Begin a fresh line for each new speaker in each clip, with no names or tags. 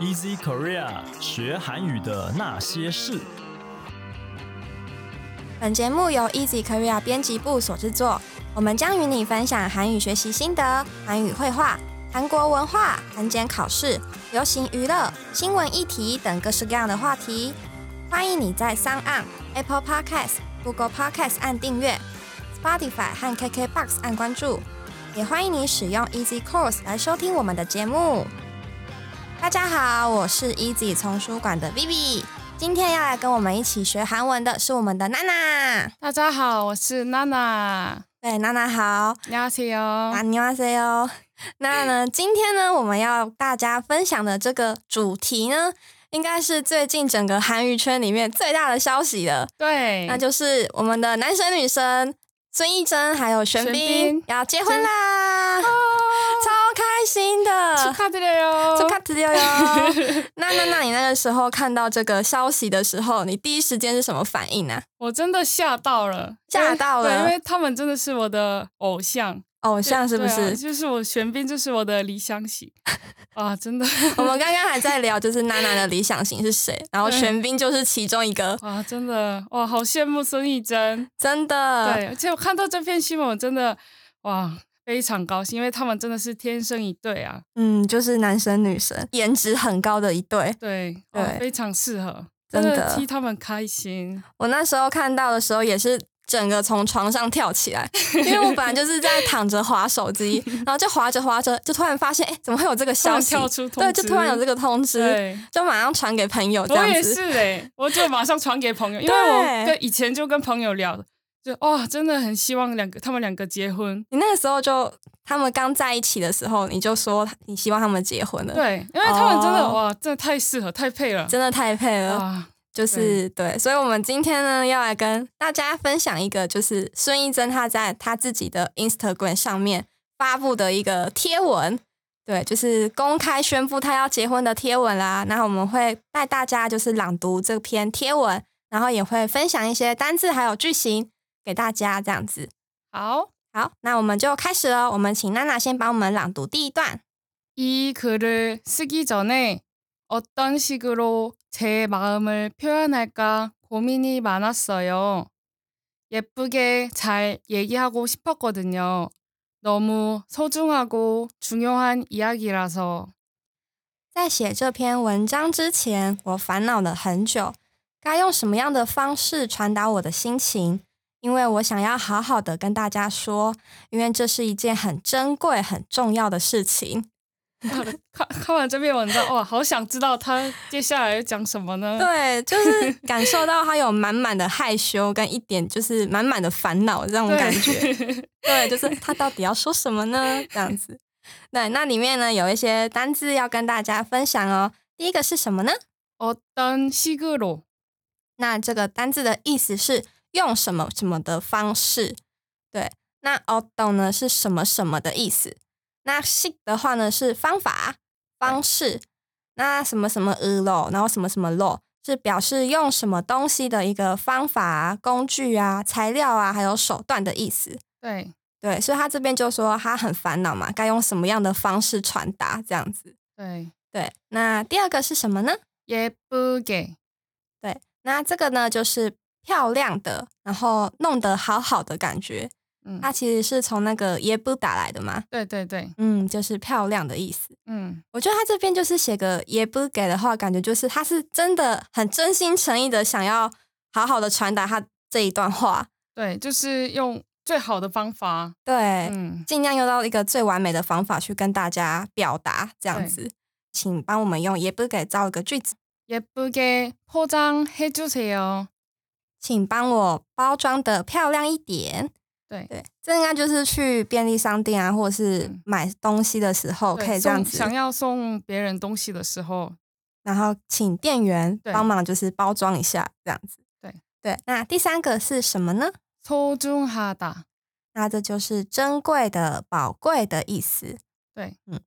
Easy Korea 学韩语的那些事。
本节目由 Easy Korea 编辑部所制作，我们将与你分享韩语学习心得、韩语绘画、韩国文化、韩检考试、流行娱乐、新闻议题等各式各样的话题。欢迎你在 s o n Apple Podcast、Google Podcast 按订阅，Spotify 和 KKBox 按关注，也欢迎你使用 Easy Course 来收听我们的节目。大家好，我是 Easy 丛书馆的 Vivi，今天要来跟我们一起学韩文的是我们的娜娜。
大家好，我是娜哎娜。
对，娜娜好，
你好，你
안
요。
녕하세요。那呢，今天呢，我们要大家分享的这个主题呢，应该是最近整个韩娱圈里面最大的消息了，
对，
那就是我们的男神女神孙艺珍还有玄
玄
彬
彬
要结婚啦，超开心
축
的。
하드려요。
就看资料 哟。那那那你那个时候看到这个消息的时候，你第一时间是什么反应呢、啊？
我真的吓到了，
吓到了
对，因为他们真的是我的偶像，
偶像是不
对啊
是？
就是我玄彬，就是我的理 想型啊，真的
我们刚刚还在聊，就是娜娜的理想型是谁，然后
对
玄彬就是其中一个，
哇，啊真的哇，好羡慕孙艺珍。
真的，
对，而且我看到这篇新闻，我真的哇。非常高兴，因为他们真的是天生一对啊，
嗯，就是男神女神，颜值很高的一对。
对，哇
对
非常适合，
真的
替他们开心。
我那时候看到的时候也是。整个从床上跳起 来，因为我本来就是在躺着滑手机，然后就滑着滑着，就突然发现，哎、怎么会有这个消息？
突然跳出通
对，就
知
突然有这个通知，
对，
就马上传给朋友这
我
样
也
子
是。哎、 我就马上传给朋友，因为我
对
跟以前就跟朋友聊，就哇、真的很希望两个他们两个结婚。
你那个时候就他们刚在一起的时候，你就说你希望他们结婚了，，
对，因为他们真的、
哦
哇，真的太适合，太配了。
真的太配了，
啊，
就是对，所以我们今天呢要来跟大家分享一个，就是孙艺珍她在她自己的 Instagram 上面发布的一个贴文。对，就是公开宣布她要结婚的贴文啦。那我们会带大家就是朗读这篇贴文，然后也会分享一些单字还有句型给大家这样子。
好。
好，那我们就开始了。我们请娜娜先帮我们朗读第一段。
이 글을 쓰기 전에 어떤 식으로 제 마음을 표현할까 고민이 많았어요. 예쁘게 잘 얘기하고 싶었거든요. 너무 소중하고 중요한 이야기라서.
在写这篇文章之前，我烦恼了很久，该用什么样的方式传达我的心情？因为我想要好好的跟大家说，因为这是一件很珍贵、很重要的事情。
看看完这篇文章，哇，好想知道他接下来要讲什么呢？
对，就是感受到他有满满的害羞，跟一点就是满满的烦恼这种
对
感觉。 对，就是他到底要说什么呢？这样子。对，那里面呢有一些单字要跟大家分享哦。第一个是什么呢？
哦 어떤 식으로
那这个单字的意思是用什么什么的方式。对，那 odo 呢是什么什么的意思。那 s 的话呢是方法、方式。那什么什么 e lo，然后什么什么 lo 是表示用什么东西的一个方法啊、工具啊、材料啊，还有手段的意思。
对
对，所以他这边就说他很烦恼嘛，该用什么样的方式传达这样子。
对
对，那第二个是什么呢？
예쁘게
对，那这个呢就是漂亮的，然后弄得好好的感觉。
嗯
它其实是从那个耶布打来的嘛，
对对对
嗯，就是漂亮的意思。
嗯
我觉得他这边就是写个耶布给的话，感觉就是他是真的很真心诚意的想要好好的传达他这一段话，
对，就是用最好的方法，
对，
嗯
尽量用到一个最完美的方法去跟大家表达这样
对
子。请帮我们用耶布给造一个句子，
예쁘게 포장해 주세요.
请帮我包装的漂亮一点。
对
对，这应该就是去便利商店啊，或者是
嗯
买东西的时候
对
可以这样
送
子，
想要送别人东西的时候，
然后请店员
对
帮忙就是包装一下这样子。
对
对，那第三个是什么呢？
소중하다.
那这就是珍贵的、宝贵的意思。
对，
嗯，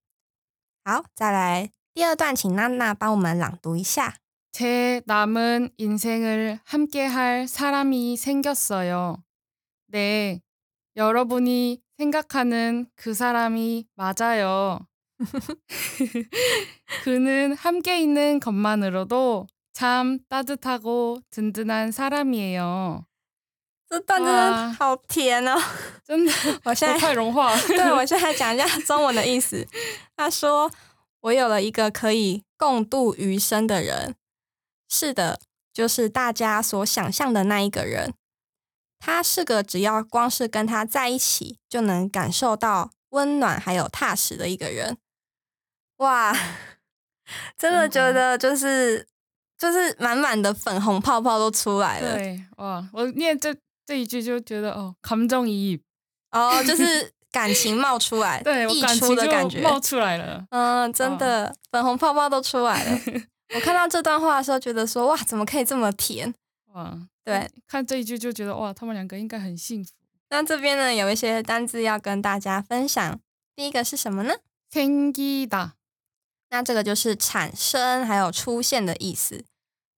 好，再来第二段，请娜娜帮我们朗读一下。
제 남은 인생을 함께할 사람이 생겼어요. 네, 여러분이 생각하는 그 사람이 맞아요. 그는 함께 있는 것만으로도 참 따뜻하고 든든한 사람이에요.
这段真的
哇
好甜哦！
真的，
我现
我
在
快融化 了。
对我现在讲一下中文的意思。他说：“我有了一个可以共度余生的人。”是的，就是大家所想象的那一个人。他是个只要光是跟他在一起就能感受到温暖还有踏实的一个人。哇，真的觉得
嗯
就是就是满满的粉红泡泡都出来 了。
对，哇，我念这这一句就觉得哦， 어, 감정이입，
哦，就是感情冒出来，
对我
溢
感
出
情
的感觉
就冒出来了。
嗯，真
哇
的，粉红泡泡都出来 了。我看到这段话的时候，觉得说哇，怎么可以这么甜？
哇，
对，
看这一句就觉得哇，他们两个应该很幸福。
那这边呢，有一些单字要跟大家分享。第一个是什么呢？
생기다，
那这个就是产生还有出现的意思。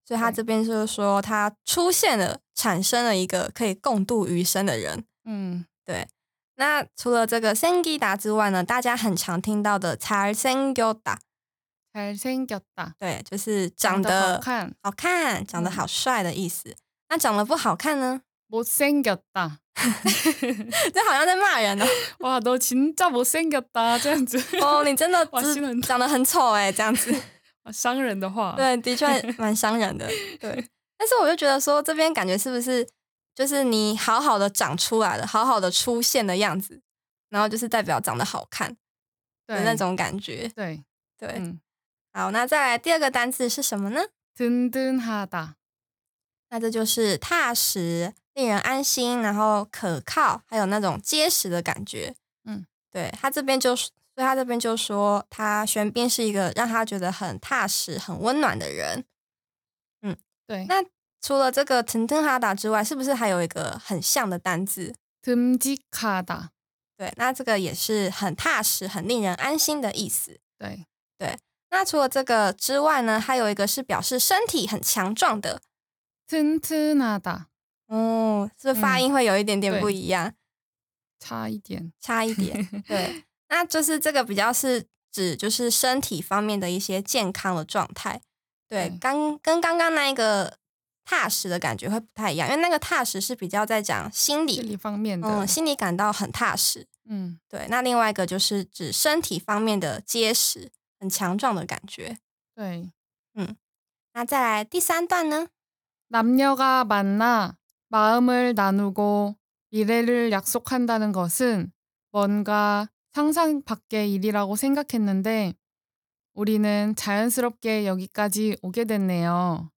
所以他
对
这边就是说，他出现了，产生了一个可以共度余生的人。
嗯，
那除了这个 s e n g i d a 之外呢，大家很常听到的 t a r s e n g y o d a
잘생겼다，
对，就是长
得好
得
看，嗯
好看、长得好帅的意思。那长得不好看呢？
못생겼다，
这好像在骂 人哦。
哇，너진짜못생겼다，这 样子，
哦，你真的
哇
只
心很痛
长得很丑哎，这样 子，
伤人的话，，
对，的确蛮伤人的。对，但是我就觉得说，这边感觉是不是就是你好好的长出来了，好好的出现的样子，然后就是代表长得好看的
对
那，种感觉。
对，
对，
嗯，
好，那再来第二个单字是什么呢？
든든하다，
那这就是踏实、令人安心，然后可靠，还有那种结实的感觉。
嗯，
对他这边就，所以他这边就说，他玄彬是一个让他觉得很踏实、很温暖的人。
对，
那除了这个腾腾哈达之外，是不是还有一个很像的单字？
듬직하다，
对，那这个也是很踏实、很令人安心的意思。
对，
那除了这个之外呢，还有一个是表示身体很强壮的，
튼튼하다，
哦，这发
嗯
音会有一点点
对
不一样，
差一点，
差一点。对，那就是这个比较是指就是身体方面的一些健康的状态。对
对，
刚跟刚刚那一个踏实的感觉会不太一样，因为那个踏实是比较在讲心
这里
理，
方面的，
嗯，心里感到很踏实。
嗯，
对，那另外一个就是指身体方面的结实、很强壮的感觉。
对，
那再来第三段呢？
남녀가 만나 마음을 나누고 미래를 약속한다는 것은 뭔가 상상 밖의 일이라고 생각했는데 우리는 자연스럽게 여기까지 오게 됐네요.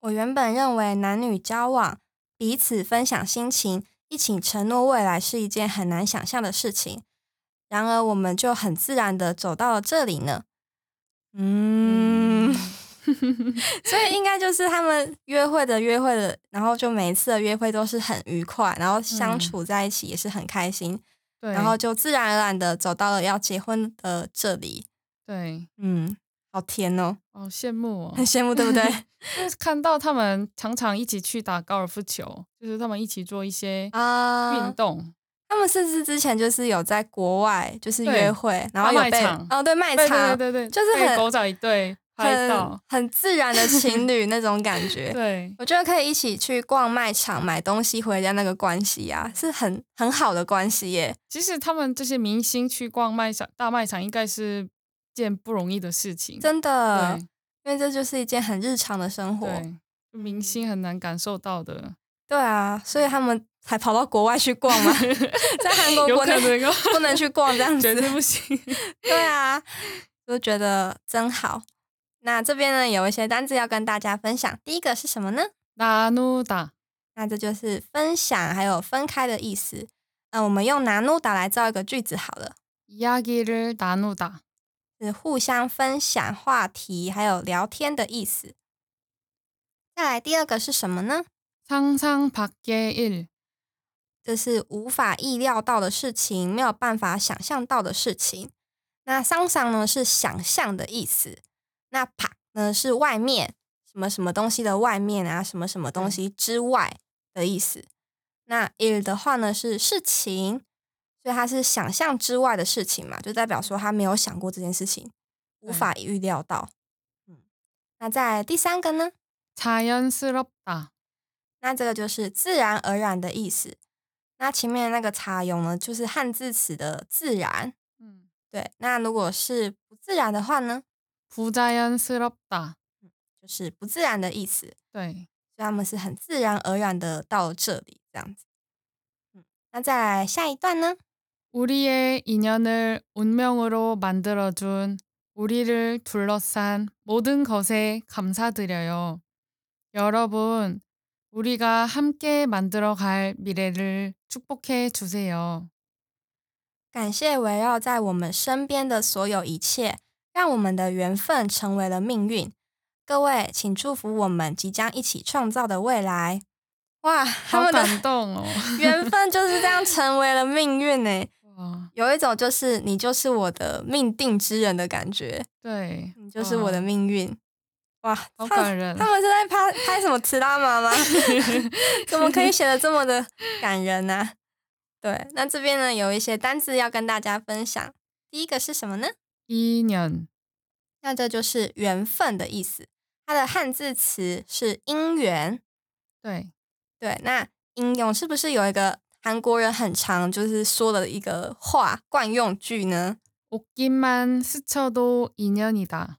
我原本认为男女交往、彼此分享心情、一起承诺未来是一件很难想象的事情，然而我们就很自然的走到了这里呢。嗯， 所以应该就是他们约会的约会的，然后就每一次的约会都是很愉快，然后相
嗯
处在一起也是很开心，
对，
然后就自然而然的走到了要结婚的这里。
对，
嗯，好甜哦，
好羡慕哦
很！羡慕，对不对？
就是看到他们常常一起去打高尔夫球，就是他们一起做一些
아. 啊、
运动，
他们甚至之前就是有在国外就是
对
约会，然后有
卖
被
场
哦对卖
对
场
对对对，
就是
被
很
狗仔队拍
很
到，
很自然的情侣那种感觉。
对
我觉得可以一起去逛卖场买东西回家，那个关系啊，是很很好的关系耶。
其实他们这些明星去逛卖场、大卖场，应该是件不容易的事情。
真的，
对
因为这就是一件很日常的生活。
对，就明星很难感受到的，
对啊，所以他们才跑到国外去逛 嘛，在韩国
有
国内
可 能哦，
不能去逛这样子
绝，对不行。
对啊，就觉得真好。那这边呢有一些单字要跟大家分享，第一个是什么呢？
나누다，
那这就是分享还有分开的意思。那我们用拿努达来造一个句子好了，
이야기를나누다，
是互相分享话题还有聊天的意思。再来第二个是什么呢？
상상밖의 일，
这是无法意料到的事情，没有办法想象到的事情。那桑桑呢是想象的意思，那啪呢是外面什么什么东西的外面啊，什么什么东西之外的意思。那 il 的话呢是事情，所以它是想象之外的事情嘛，就代表说他没有想过这件事情，无
对
法预料到。嗯，那在第三个呢？
자연스럽다.
那这个就是自然而然的意思。那前面那个茶用呢，就是汉字词的自然。
음.
对，那如果是不自然的话呢，
부자연스럽다.
就是不自然的意思。
네.
所以他们是很自然而然的到了这里，这样子。嗯，那再来下一段呢？
우리의 인연을 운명으로 만들어준 우리를 둘러싼 모든 것에 감사드려요. 여러분, 우리가 함께 만들어갈 미래를 축복해 주세요.
感谢围绕在我们身边的所有一切，让我们的缘分成为了命运。各位，请祝福我们即将一起创造的未来。哇，他
好
们的
感动哦！
缘分就是这样成为了命运呢。
哇，
有一种就是你就是我的命定之人的感觉，
对，
你就是我的
哇，
命运。哇，
嗯好
他
感人
他。们是在拍拍什么《吃拉妈》吗？ 怎么可以写的这么的感人呢、对，那这边呢有一些单字要跟大家分享。第一个是什么呢？
인연,
那这就是缘分的意思。它的汉字词是姻缘。
네,
对，那应用是不是有一个韩国人很常就是说的一个话惯用句呢？
옷깃만 스쳐도 인연이다.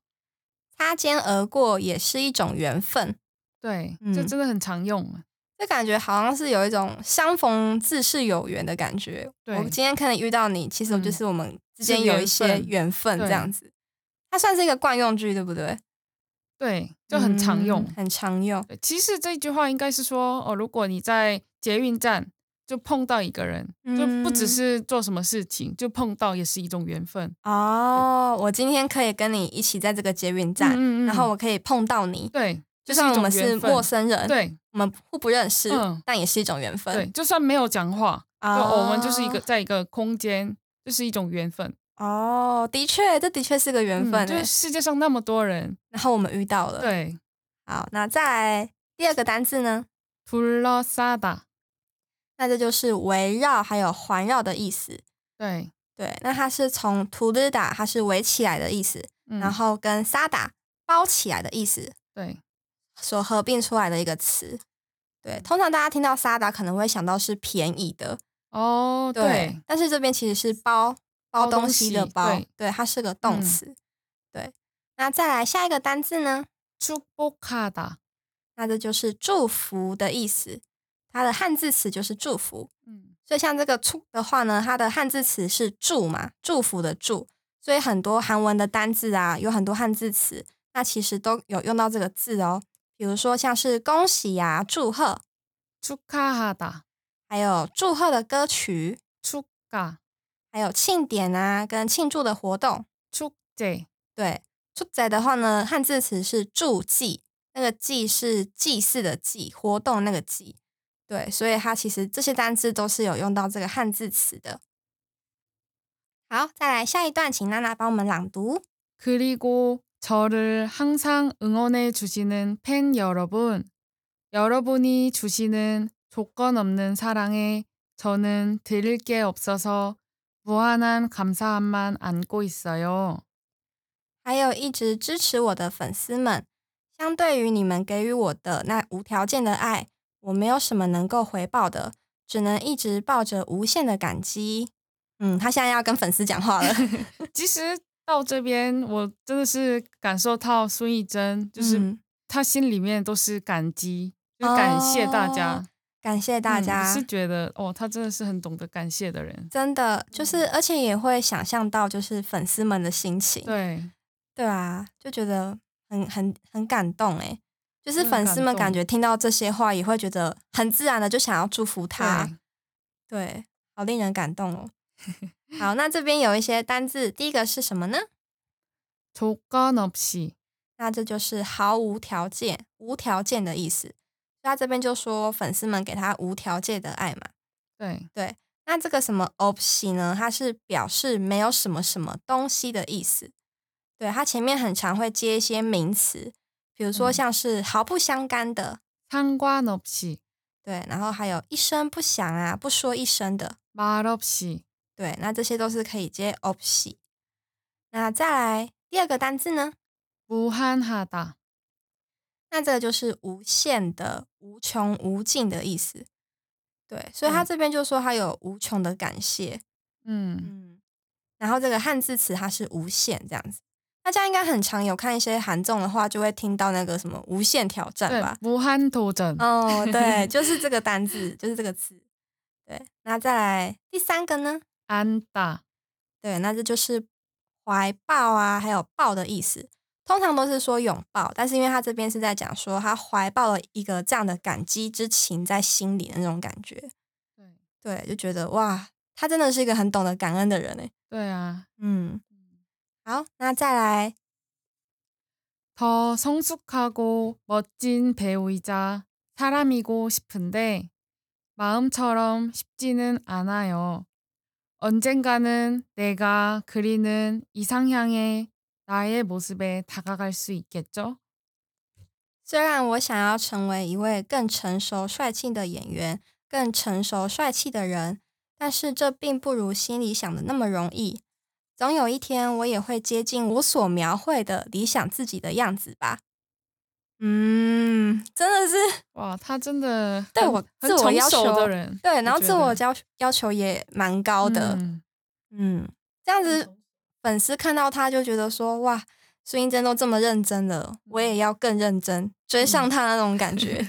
擦肩而过也是一种缘分。
对，
嗯。
这真的很常用。
这感觉好像是有一种相逢自是有缘的感觉。
对
我今天可能遇到你，其实我
嗯
就是我们之间有一些
是
缘分
对
这样子。它算是一个惯用句，对不对？
对，就
음.
很常用。
嗯很常用。
对，呃其实这句话应该是说，哦，如果你在捷运站就碰到一个人，就不只
嗯
是做什么事情，就碰到也是一种缘分。
哦，我今天可以跟你一起在这个捷运站，
嗯嗯嗯
然后我可以碰到你，
对，
就
这是
算
一
我
种
们是
缘分
陌生人，，
对
我们互不认识，
嗯
但也是一种缘分。
对，就算没有讲话，就
哦，
我们就是一个在一个空间，就是一种缘分。
哦，的确，这的确是个缘分呃
嗯，就
欸
是。世界上那么多人，
然后我们遇到了，，
对，
好，那再来第二个单字呢？
둘러싸다，
那这就是围绕还有环绕的意思。
对，
对，那它是从图的打，它是围起来的意思，
嗯
然后跟撒打包起来的意思
对，
所合并出来的一个词。对，
嗯
通常大家听到撒打可能会想到是便宜的，
哦，
对，
对，
但是这边其实是包包
包东
东西的
西
包，
对
它是个动
嗯
词。对，那再来下一个单字呢？
축복하다，
那这就是祝福的意思，它的汉字词就是祝福。
嗯，
所以像这个“祝”的话呢，它的汉字词是“祝”嘛，祝福的“祝”，所以很多韩文的单字啊，有很多汉字词，那其实都有用到这个字哦。比如说像是恭喜呀、祝贺，
축하하다，
还有祝贺的歌曲，
축가,
还有庆典啊跟庆祝的活动。
축제,
对，祝仔的话呢，汉字词是祝祭，那个祭是祭祀的祭，活动那个祭。对，所以它其实这些单字都是有用到这个汉字词的。好，再来下一段，请娜娜帮我们朗读。
그리고 저를 항상 응원해 주시는 팬 여러분, 여러분이 주시는 조건 없는 사랑에 저는 드릴 게 없어서 무한한 감사함만 안고 있어요.
还有一直支持我的粉丝们，相对于你们给予我的那无条件的爱，我没有什么能够回报的，只能一直抱着无限的感激。嗯，他现在要跟粉丝讲话了。
其实到这边，我真的是感受到孙艺珍， 就是
嗯
她心里面都是感激，就是感谢大家，
哦感谢大
嗯
家，
是觉得哦，她真的是很懂得感谢的人。
真的就是，
嗯
而且也会想象到就是粉丝们的心情，
对，
对啊，就觉得很很很感动哎，就是
真的很
粉丝们
嗯感
感
动
觉听到这些话，也会觉得很自然的就想要祝福他
对，
对，好令人感 动哦。好，那这边有一些单字，第一个是什么呢？
조건 없이
那这就是毫无条件、无条件的意思。所以他这边就说粉丝们给他无条件的爱嘛。
对
那这个什么 opsi 呢？它是表示没有什么什么东西的意思。对，它前面很常会接一些名词，比如说
嗯
像是毫不相干的，
상관없이
对，然后还有一声不响啊，不说一声的，
말 없이
对，那这些都是可以接 o p s 那再来第二个单字呢？
无한하다，
那这个就是无限的、无穷无尽的意思。对，所以他
嗯
这边就说他有无穷的感谢。
嗯，
嗯，然后这个汉字词它是无限这样子。大家应该很常有看一些韩综的话，就会听到那个什么无限挑战
对
吧，？
无한도전，
哦，对，就是这个单字，就是这个词。对，那再来第三个呢？
安다，
对，那这就是怀抱啊，还有抱的意思。通常都是说拥抱，但是因为他这边是在讲说他怀抱了一个这样的感激之情在心里的那种感觉，
对
对，就觉得哇，他真的是一个很懂得感恩的人欸诶。
对啊，
嗯，好，那再来
더성숙하고멋진배우이자사람이고싶은데마음처럼쉽지는않아요언젠가는내가그리는이상향의나의모습에다가갈수있겠죠
虽然我想要成为一位更成熟帅气的演员，更成熟帅气的人，但是这并不如心里想的那么容易。总有一天，我也会接近我所描绘的理想自己的样子吧。嗯，真的是
哇，他真的
对
很
我
很
自我
成
要
熟
求
的人，
对，然后
觉
自我
得
要要求也蛮高的。
嗯
嗯，这样子粉丝看到他就觉得说哇，孙艺珍都这么认真了，我也要更认真追上他那种感 觉。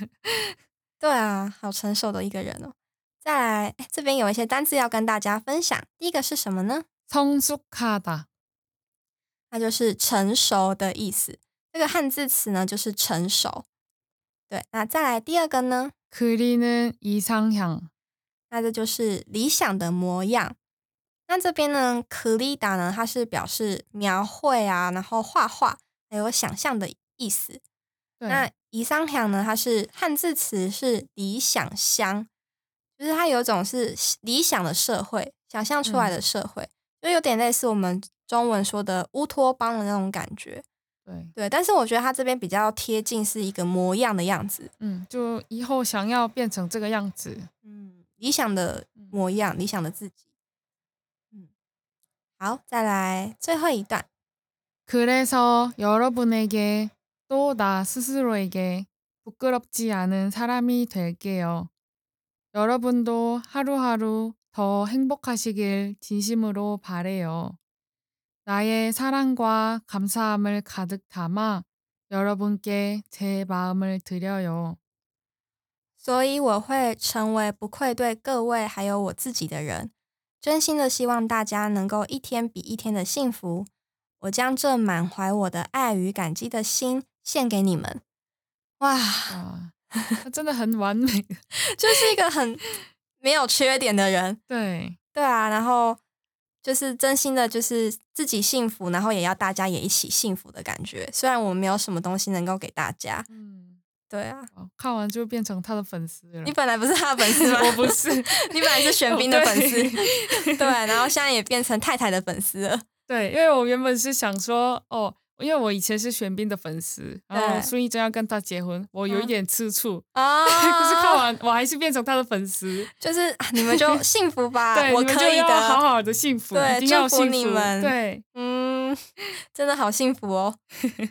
对啊，好成熟的一个人哦。再来，诶这边有一些单字要跟大家分享。第一个是什么呢？
성숙하다，
那就是成熟的意思。这个汉字词呢，就是成熟。对，那再来第二个呢？
그리는이상향，
那这就是理想的模样。那这边呢，可丽达呢，它是表示描绘啊，然后画画，还有想象的意思。
对
那宜桑향呢，它是汉字词是理想乡，就是它有一种是理想的社会，想象出来的社会，就有点类似我们中文说的乌托邦的那种感觉。
对，
对，但是我觉得它这边比较贴近是一个模样的样子。
嗯，就以后想要变成这个样子，
嗯，理想的模样，理想的自己。嗯，好，再来最后一段。
그래서 여러분에게 또 나 스스로에게 부끄럽지 않은 사람이 될게요. 여러분도 하루하루 더 행복하시길 진심으로 바래요. 나의 사랑과 감사함을 가득 담아 여러분께 제 마음을 드려요.
所以我会成为不愧对各位还有我自己的人。真心的希望大家能够一天比一天的幸福。我将这满怀我的爱与感激的心献给你们。哇，
와, 아, 진짜 很完美.
就是一个很没有缺点的人。
네.
对啊，然后就是真心的，就是自己幸福，然后也要大家也一起幸福的感觉。虽然我们没有什么东西能够给大家，
음,
对啊，
어, 看完就变成他的粉丝了.
你本来不是他的粉丝 吗？
嗯我不是.哦
你本来 是玄彬的粉丝，对，啊然后现在也变成太太的粉丝 了。
对，因为我原本是想说，哦，因为我以前是玄彬的粉丝，然后
对
苏一真要跟他结婚，我有
嗯
一点吃醋，
啊，
可是看完我还是变成他的粉丝。
就是啊你们 就幸福吧，
对，
我
你们就
可以
要好
的。
好的幸福，
对
一定要
祝
幸
福
福
你们
对，
嗯，真的好幸福 哦。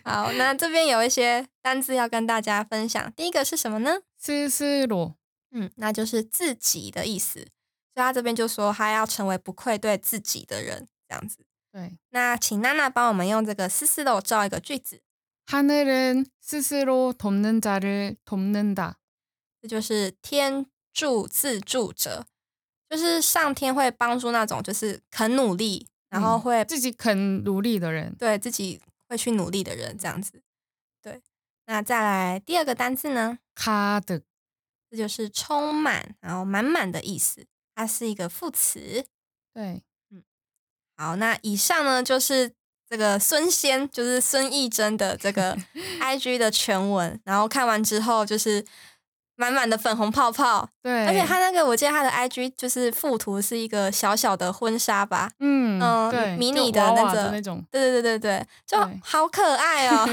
好，那这边有一些单字要跟大家分享。第一个是什么呢？
斯斯罗，
嗯，那就是自己的意思。所以他这边就说他要成为不愧对自己的人，这样子。
对，
那请娜娜帮我们用这个丝丝的造一个句子，
하늘은스스로돕는자를돕는다。
这就是天助自助者，就是上天会帮助那种就是肯努力，然后
嗯
会、
自己肯努力的人，
네。 对自己会去努力的人，这样子。对，那再来第二个单字呢，
卡的
这就是充满，然后满满的意思，它是一个副词。
对，
好，那以上呢就是这个孙仙，就是孙艺珍的这 个 IG 的全文。然后看完之后，就是满满的粉红泡泡，
对，
而且他那个我记得他的 IG 就是附图是一个小小的婚纱吧。
嗯
嗯
对，
迷
就
你的
娃
那
娃
个
的那种，
对对对对对，就
对
好可爱 哦，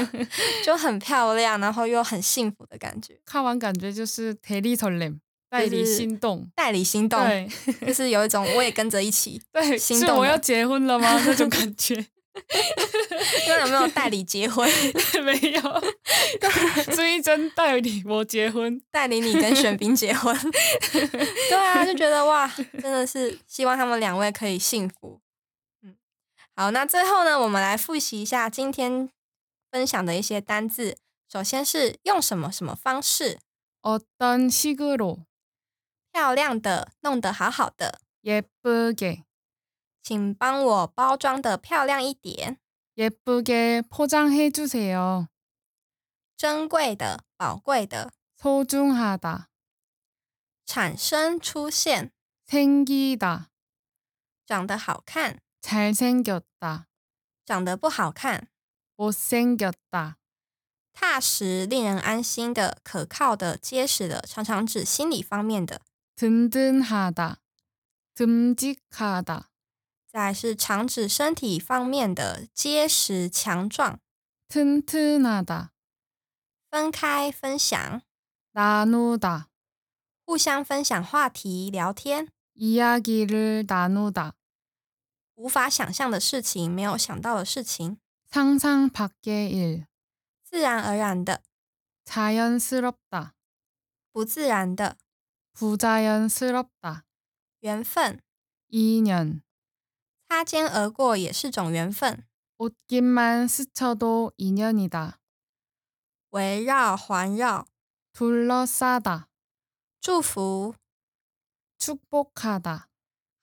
就很漂亮，然后又很幸福的感觉。
看完感觉就是 t e r r y s o l e m 代理
就是
心动，
代理心动，
对，
就是有一种我也跟着一起
对，
心
是
动
我
了
要结婚了吗？那种感觉
那有没有代理结婚？
没 有，孙艺珍代理我结婚，
代理你跟玄彬结婚？ 对啊，就觉得哇，真的是希望他们两位可以幸福。嗯，好，那最后呢，我们来复习一下今天分享的一些单字。首先是用什么什么方式，
어떤 식으로
漂亮的，弄得好好的，
예쁘게,
请帮我包装的漂亮一点，
예쁘게 포장해 주세요.
珍贵的，宝贵的，
소중하다,
产生出现，
생기다,
长得好看，
잘생겼다,
长得不好看，
못생겼다,
踏实、令人安心的、可靠的、结实的，常常指心理方面的；
든든하다, 듬직하다,
再来是常指身体方面的，结实、强壮。
튼튼하다,
分开、分享、
나누다,
互相分享话题、聊天，
이야기를 나누다,
无法想象的事情，没有想到的事情，
상상 밖의 일,
自然而然的、
자연스럽다,
不自然的，
부자연스럽다,
缘分，
인연,
擦肩而过也是种缘分。
옷깃만 스쳐도 인연이다.
围绕、环绕、
둘러싸다,
祝福，
축복하다,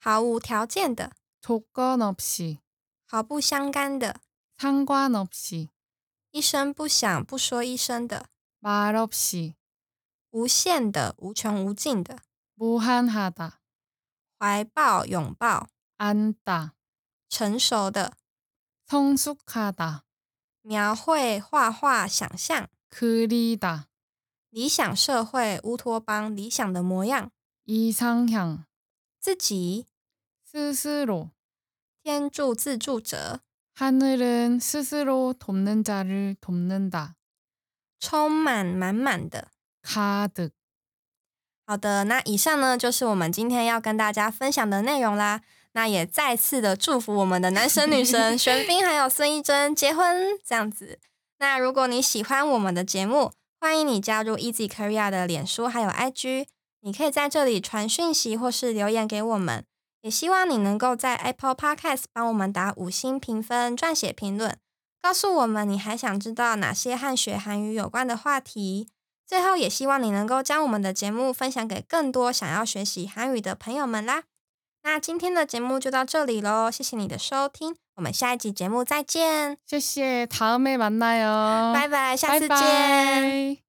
毫无条件的、
조건 없이,
毫不相干的、
상관없이,
一声不响、不说一声的。
말없이,
无限的、无穷无尽的
무한하다,
怀抱、拥抱，
안다,
成熟的
성숙하다,
描绘、画画、想象
그리다,
理想社会、乌托邦理想的模样，
이상향,
自己
스스로,
天助自助者，
하늘은 스스로 돕는 자를 돕는다,
充满满满的。
가득.
好的，那以上呢就是我们今天要跟大家分享的内容啦。那也再次的祝福我们的男神女神玄彬还有孙艺珍结婚这样子。那如果你喜欢我们的节目，欢迎你加入 Easy Korea 的脸书还有 IG，你可以在这里传讯息或是留言给我们。也希望你能够在 Apple Podcast 帮我们打五星评分、撰写评论，告诉我们你还想知道哪些和学韩语有关的话题。最后，也希望你能够将我们的节目分享给更多想要学习韩语的朋友们啦。那今天的节目就到这里喽，谢谢你的收听，我们下一集节目再见，
쉐쉐 다음에 만나요.
哦拜拜，下次见。
바이바이.